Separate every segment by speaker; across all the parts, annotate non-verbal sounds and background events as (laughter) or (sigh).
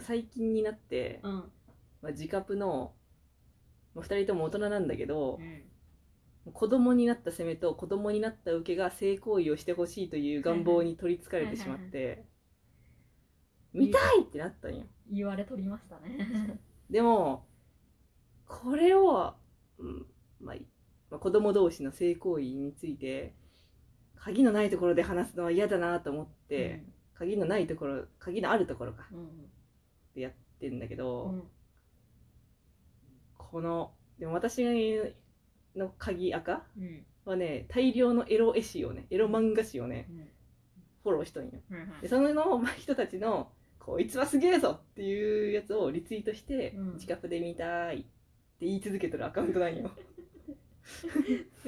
Speaker 1: 最近になって、
Speaker 2: うん
Speaker 1: まあ、自覚の、まあ、2人とも大人なんだけど
Speaker 2: う、ん
Speaker 1: 子供になった攻めと子供になった受けが性行為をしてほしいという願望に取りつかれてしまって、
Speaker 2: うんうん
Speaker 1: 見たいってなったんよ。
Speaker 2: 言われとりましたね
Speaker 1: でもこれを、うんまあ、まあ子供同士の性行為について鍵のないところで話すのは嫌だなと思って、鍵のないところ鍵のあるところか
Speaker 2: うんうん
Speaker 1: ってやってんだけ
Speaker 2: う
Speaker 1: ど、
Speaker 2: ん
Speaker 1: このでも私の鍵赤
Speaker 2: うん
Speaker 1: はね大量のエロ絵師をねエロ漫画誌をね
Speaker 2: うん
Speaker 1: フォローしとんよ
Speaker 2: うん
Speaker 1: でそのまあ人たちのこいつはすげえぞっていうやつをリツイートして、
Speaker 2: うん
Speaker 1: 自覚で見たいって言い続けてるアカウントなんよ
Speaker 2: す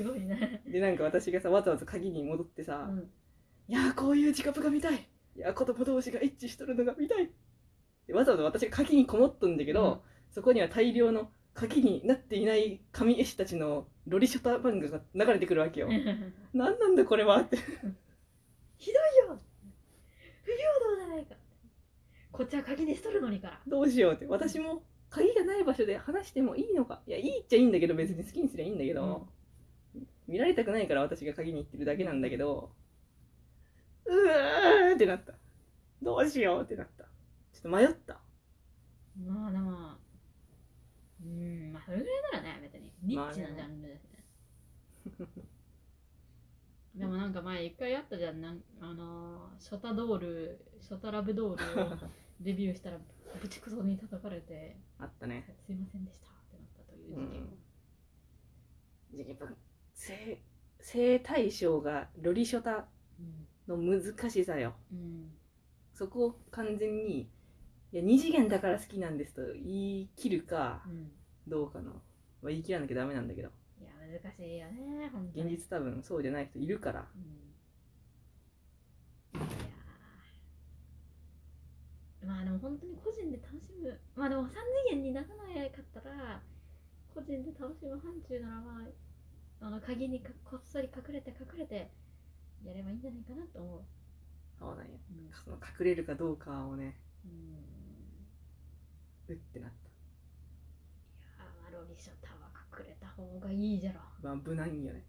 Speaker 2: ごいね
Speaker 1: でなんか私がさわざわざ鍵に戻って
Speaker 2: う
Speaker 1: さ「
Speaker 2: ん
Speaker 1: いやーこういう自覚が見たいいやー子供同士がエッチしとるのが見たい」でわざわざ私が鍵にこもっとんだけど、
Speaker 2: うん
Speaker 1: そこには大量の鍵になっていない紙絵師たちのロリショタ漫画が流れてくるわけよ。なんなんだこれはって。
Speaker 2: ひどいよ不平等じゃないかこっちは鍵でしとるのにから
Speaker 1: どうしようって。私も鍵がない場所で話してもいいのか。いや、いいっちゃいいんだけど、別に好きにすりゃいいんだけど、見られたくないから私が鍵に行ってるだけなんだけど、うーってなった。どうしようってなった。ちょっと迷った。
Speaker 2: まあでもうんまあそれぐらいならね別にニッチなジャンルですね、でもなんか前一回やったじゃんなんあのーショタドールショタラブドールをデビューしたらぶちクソに叩かれて
Speaker 1: (laughs) あったね。
Speaker 2: すいませんでしたってなったという
Speaker 1: う
Speaker 2: 事件、
Speaker 1: ん。やっぱ、性、性対象がロリショタ
Speaker 2: うん
Speaker 1: の難しさよ。
Speaker 2: うん
Speaker 1: そこを完全に、いや、二次元だから好きなんですと言い切るか
Speaker 2: う、ん
Speaker 1: どうかの、まあ、言い切らなきゃダメなんだけど。
Speaker 2: いや難しいよね本当
Speaker 1: 現
Speaker 2: に
Speaker 1: 実多分そうじゃない人いるから
Speaker 2: うんいやーまあでも本当に個人で楽しむまあでも3次元にならなかったら個人で楽しむ範疇ならまああの鍵にかこっそり隠れて隠れてやればいいんじゃないかなと思う、
Speaker 1: そうなんや
Speaker 2: うん
Speaker 1: その隠れるかどうかをね
Speaker 2: うんい
Speaker 1: うんってなった
Speaker 2: やーまあロリショタは隠れた方がいいじゃろ、
Speaker 1: まあ無難よね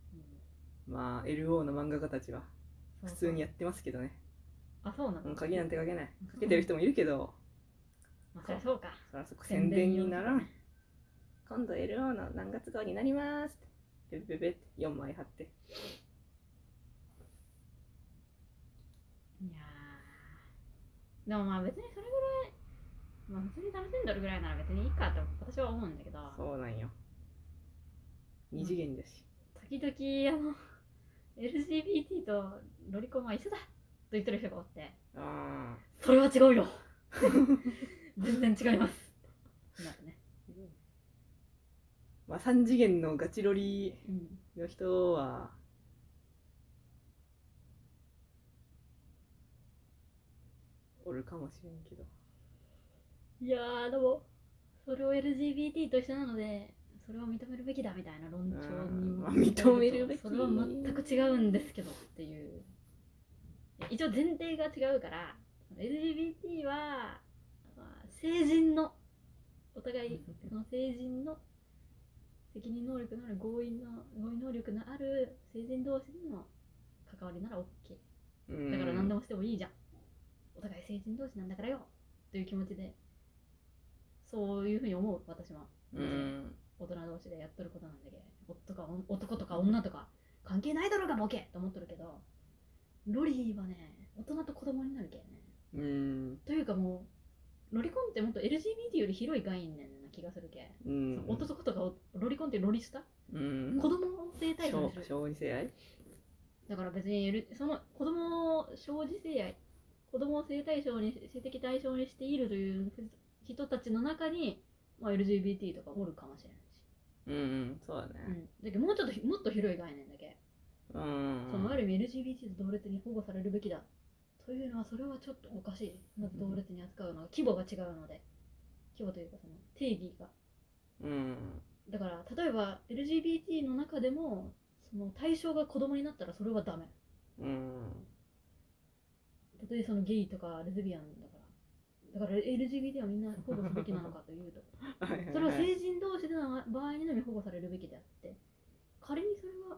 Speaker 2: うん
Speaker 1: まあ LO の漫画家たちは
Speaker 2: そう
Speaker 1: 普
Speaker 2: そう
Speaker 1: 通にやってますけどね
Speaker 2: あそうな
Speaker 1: もう
Speaker 2: の
Speaker 1: 鍵なんてかけない
Speaker 2: うん
Speaker 1: かけてる人もいるけど
Speaker 2: まあそりゃそうか
Speaker 1: そらそこ宣伝にならん
Speaker 2: 宣
Speaker 1: 今度 LO の何月号になりますってペペペって4枚貼って
Speaker 2: いやーでもまあ別にそれぐらい、まあ、普通に楽しんどるぐらいなら別にいいかと私は思うんだけど
Speaker 1: そうなんよ二次元だし
Speaker 2: 時々あの LGBT とロリコンは一緒だと言ってる人がおって
Speaker 1: あ
Speaker 2: それは違う
Speaker 1: (laughs)
Speaker 2: よ全然違いますってなってね、
Speaker 1: あまあ3次元のガチロリ
Speaker 2: うん、
Speaker 1: の人はおるかもしれんけど
Speaker 2: いやーでもそれを LGBT と一緒なのでそれを認めるべきだみたいな論調に
Speaker 1: うん
Speaker 2: も
Speaker 1: まあ認めるべき
Speaker 2: それは全く違うんですけどっていう一応前提が違うから LGBT は、まあ、成人のお互いその成人の責任能力のある合意の合意能力のある成人同士の関わりなら OK だから何で
Speaker 1: も
Speaker 2: もしてもいいじゃん。お互い成人同士なんだからよという気持ちで、そういうふうに思う、私は。
Speaker 1: うん
Speaker 2: 大人同士でやっとることなんだけど、夫かお男とか女とか、関係ないだろうがボケと思っとるけど、ロリーはね、大人と子供になるけんね。
Speaker 1: うん
Speaker 2: というかもう、ロリコンってもっと LGBT より広い概念な気がするけん。
Speaker 1: うん
Speaker 2: 男とかをロリコンってロリスタ、
Speaker 1: うん
Speaker 2: 子供を生態
Speaker 1: 小
Speaker 2: にする。
Speaker 1: 小児性愛
Speaker 2: だから別に L- その子供を生児性愛子供を性対象に性的対象にしているという人たちの中に、まあ、LGBT とかおるかもしれないし、
Speaker 1: うんうんそうだ
Speaker 2: う
Speaker 1: ね
Speaker 2: ん、だけどもうちょっとひもっと広い概念だけ、
Speaker 1: う
Speaker 2: そのあ
Speaker 1: ん
Speaker 2: る意味 LGBT と同列に保護されるべきだというのはそれはちょっとおかしいまず同列に扱うのは規模が違うので規模というかその定義が
Speaker 1: うん
Speaker 2: だから例えば LGBT の中でもその対象が子供になったらそれはダメ
Speaker 1: うん
Speaker 2: たとえそのゲイとかレズビアンだからだから LGBT はみんな保護すべきなのかと
Speaker 1: (laughs)
Speaker 2: いうと
Speaker 1: はいはい
Speaker 2: それは成人同士での場合にのみ保護されるべきであって仮にそれは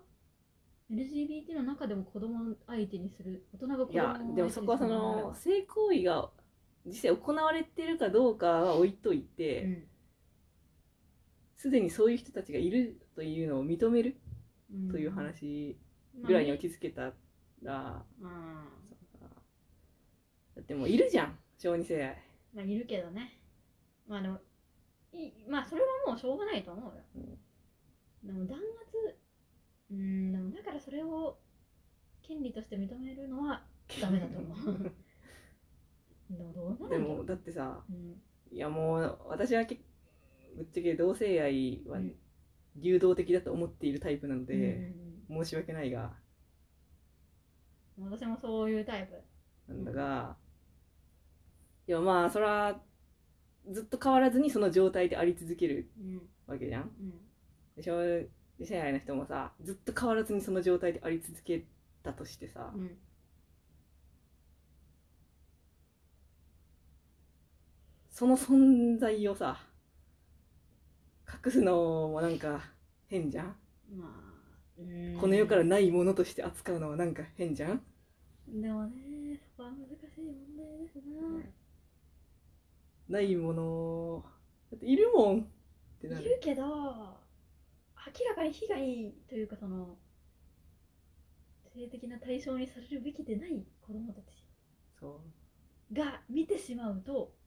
Speaker 2: LGBT の中でも子供を相手にする大人が子供を
Speaker 1: いや
Speaker 2: 相手に
Speaker 1: でもそこはそ
Speaker 2: する
Speaker 1: の性行為が実際行われてるかどうかは置いとい
Speaker 2: なら
Speaker 1: てすで、にそういう人たちがいるというのを認める
Speaker 2: うん
Speaker 1: という話
Speaker 2: うん
Speaker 1: ぐらいに落ち着けたら、
Speaker 2: まあね
Speaker 1: そうかだってもういるじゃん小児性愛、
Speaker 2: うんまあいるけどねまあでもいいまあそれはもうしょうがないと思うよ
Speaker 1: うん
Speaker 2: でも弾圧うんでもだからそれを権利として認めるのはダメだと思
Speaker 1: (laughs)
Speaker 2: うでもどうな
Speaker 1: で
Speaker 2: るの
Speaker 1: もだってさ
Speaker 2: うん
Speaker 1: いやもう私はけぶっちゃけ同性愛は
Speaker 2: うん
Speaker 1: 流動的だと思っているタイプなの
Speaker 2: うん
Speaker 1: で、申し訳ないが
Speaker 2: うんうん、私もそういうタイプ
Speaker 1: なんだが、でもまあそれはずっと変わらずにその状態であり続ける
Speaker 2: うん
Speaker 1: わけじゃん
Speaker 2: うん
Speaker 1: で小児性愛の人もさずっと変わらずにその状態であり続けたとしてさ、
Speaker 2: うん
Speaker 1: その存在をさ隠すのもなんか変じゃん、
Speaker 2: まあうん
Speaker 1: この世からないものとして扱うのはなんか変じゃん、
Speaker 2: でもねそこは難しい問題ですな、
Speaker 1: ないものだっているもんってないる
Speaker 2: るけど明らかに被害というかその性的な対象にされるべきでない子供たち
Speaker 1: そう
Speaker 2: が見てしまうと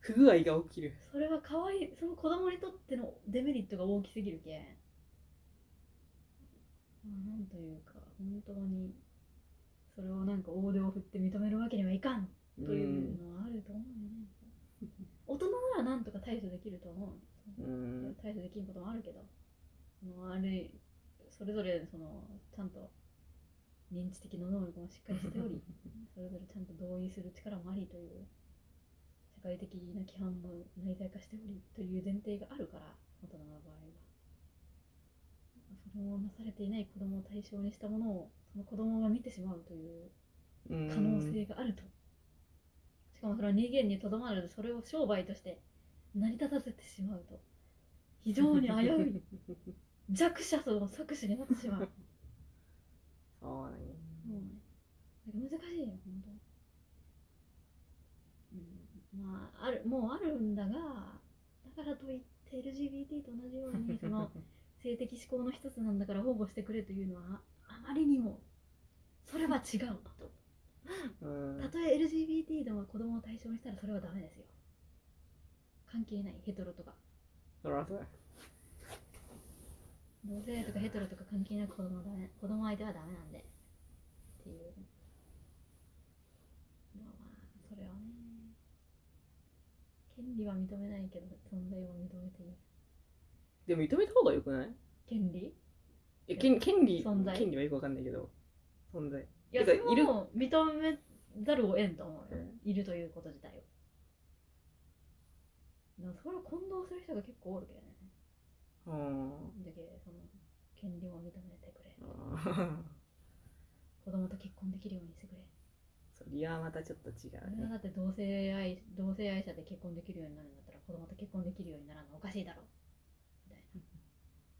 Speaker 1: 不具合が起きる
Speaker 2: それはかわいいその子供にとってのデメリットが大きすぎるけん、まあ、なんというか本当にそれをなんか大手を振って認めるわけにはいかんというのはあると思うよね、
Speaker 1: (laughs)
Speaker 2: 大人ならなんとか対処できると思う
Speaker 1: うんうん
Speaker 2: 対処できんこともあるけどそのあれそれぞれそのちゃんと認知的な能力もしっかりして
Speaker 1: (laughs)
Speaker 2: おりそれぞれちゃんと同意する力もありという社会的な規範も内在化しておりという前提があるから大人の場合はそれもなされていない子供を対象にしたものをその子供が見てしまうという
Speaker 1: うん
Speaker 2: 可能性があると、しかもそれは人間にとどまらずそれを商売として成り立たせてしまうと非常に危うい弱者層の搾取になってしまう
Speaker 1: そうね
Speaker 2: もうね難しいよ本当に、うん、まああるもうあるんだがだからといって LGBT と同じようにその性的指向の一つなんだから保護してくれというのはあまりにもそれは違うと。
Speaker 1: うん
Speaker 2: たとえ LGBT でも子供を対象にしたらそれはダメですよ関係ないヘトロとか
Speaker 1: そらそうだ
Speaker 2: 同性愛とかヘトロとか関係なく子供はダメ子供相手はダメなんでっていうまあまあそれはね権利は認めないけど存在を認めていい
Speaker 1: でも認めた方がよくない
Speaker 2: 権利
Speaker 1: え権権利
Speaker 2: 存在
Speaker 1: 権利はよくわかんないけど存在
Speaker 2: いや
Speaker 1: て
Speaker 2: そ
Speaker 1: か
Speaker 2: れ
Speaker 1: いる
Speaker 2: はもう認めざるを得んと思うよ、いるということ自体をでもそれを混同する人が結構おるけどね
Speaker 1: うん
Speaker 2: だけその権利を認めてくれ
Speaker 1: うん
Speaker 2: 子供と結婚できるようにしてくれ
Speaker 1: (laughs) そりゃまたちょっと違
Speaker 2: 俺
Speaker 1: う
Speaker 2: は
Speaker 1: ね
Speaker 2: だって同性愛同性愛者で結婚できるようになるんだったら子供と結婚できるようにならんのおかしいだろみたいな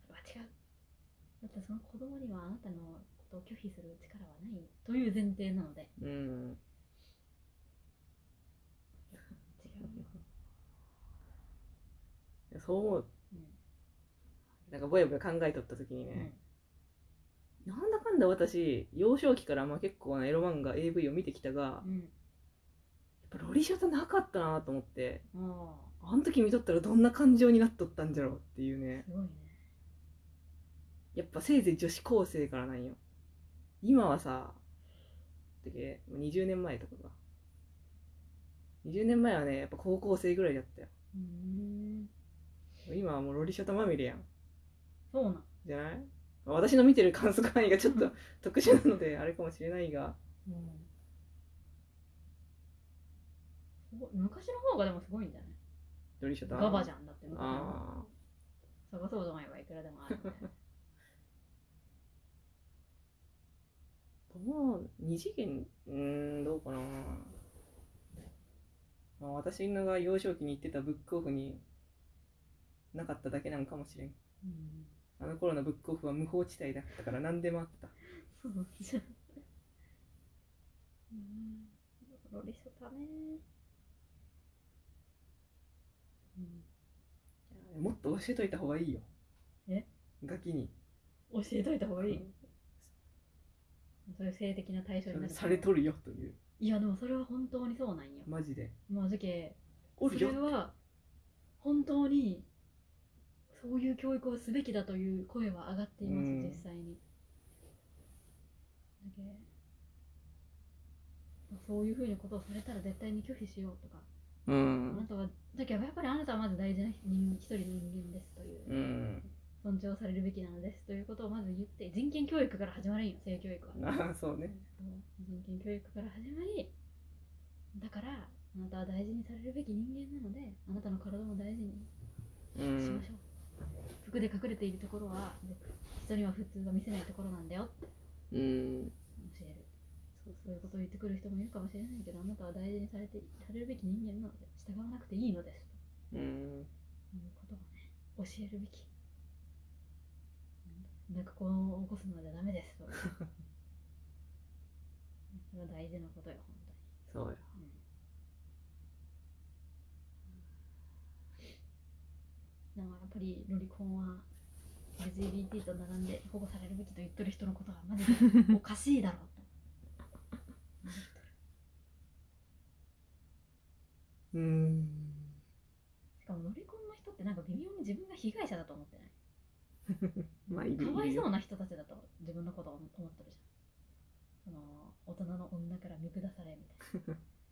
Speaker 2: それは違うだってその子供にはあなたのことを拒否する力はないという前提なので
Speaker 1: うん
Speaker 2: 違うよ、
Speaker 1: いやそう思う
Speaker 2: うん
Speaker 1: なんかぼやぼや考えとった時に
Speaker 2: う
Speaker 1: ね
Speaker 2: ん、
Speaker 1: なんだかんだ私幼少期からまあ結構なエロ漫画 AV を見てきたが
Speaker 2: うん
Speaker 1: やっぱロリシャタなかったなと思って
Speaker 2: あ
Speaker 1: あの時見とったらどんな感情になっとったんじゃろうっていう
Speaker 2: あ
Speaker 1: ね
Speaker 2: すごいね
Speaker 1: やっぱせいぜい女子高生からなんよ今はさだけ20年前とかが20年前はねやっぱ高校生ぐらいだったよ
Speaker 2: うーん
Speaker 1: 今はもうロリシャタまみれやん
Speaker 2: そうなん
Speaker 1: じゃない私の見てる観測範囲がちょっ
Speaker 2: う
Speaker 1: と
Speaker 2: ん
Speaker 1: 特殊なのであれかもしれないが
Speaker 2: うんすごい昔の方がでもすごいんじゃない
Speaker 1: ロリシャタ
Speaker 2: ガバじゃんだって昔の方が
Speaker 1: あ
Speaker 2: 探そうと思えばいくらでもあるんだよ
Speaker 1: あどう二次元うーんどうかなまあ、私のが幼少期に行ってたブックオフになかっただけなのかもしれん
Speaker 2: うん
Speaker 1: あの頃のブックオフは無法地帯だったから何でもあった
Speaker 2: そうなんじゃん。うん。ロリソタね。うん。
Speaker 1: いやもっと教えといた方がいいよ
Speaker 2: え
Speaker 1: ガキに
Speaker 2: 教えといた方がいい。そういう性的な対象になる。
Speaker 1: されとるよという
Speaker 2: いや、でもそれは本当にそうなんよ。
Speaker 1: マジで
Speaker 2: まあ、じゃけ、
Speaker 1: お
Speaker 2: そ
Speaker 1: る
Speaker 2: れ
Speaker 1: よ
Speaker 2: は本当にそういう教育をすべきだという声は上がっています、
Speaker 1: うん
Speaker 2: 実際に。だけそういうふうなことをされたら絶対に拒否しようとか、
Speaker 1: う
Speaker 2: あなんたはだけどやっぱりあなたはまず大事な人一人の人間ですという、
Speaker 1: うん
Speaker 2: 尊重されるべきなのですということをまず言って人権教育から始まるんよ性教育は。
Speaker 1: ああそうね
Speaker 2: もう人権教育から始まりだからあなたは大事にされるべき人間なのであなたの体も大事に
Speaker 1: う
Speaker 2: しま
Speaker 1: ん
Speaker 2: しょう、服で隠れているところはで人には普通は見せないところなんだよって
Speaker 1: うん
Speaker 2: 教えるそうそういうことを言ってくる人もいるかもしれないけどあなたは大事にされてされるべき人間なので従わなくていいのです
Speaker 1: うん
Speaker 2: ということをね教えるべきなんかこう起こすのはダメですとねそれは大事なことよ本
Speaker 1: そ
Speaker 2: 当に
Speaker 1: うよ
Speaker 2: でもやっぱりロリコンは LGBT と並んで保護されるべきと言ってる人のことはマジでおかしいだろうと
Speaker 1: うん
Speaker 2: しかもロリコンの人ってなんか微妙に自分が被害者だと思ってない
Speaker 1: まあいる
Speaker 2: かわい
Speaker 1: るよ
Speaker 2: そうな人たちだと自分のことを思ってるじゃんその大人の女から見下されみたいな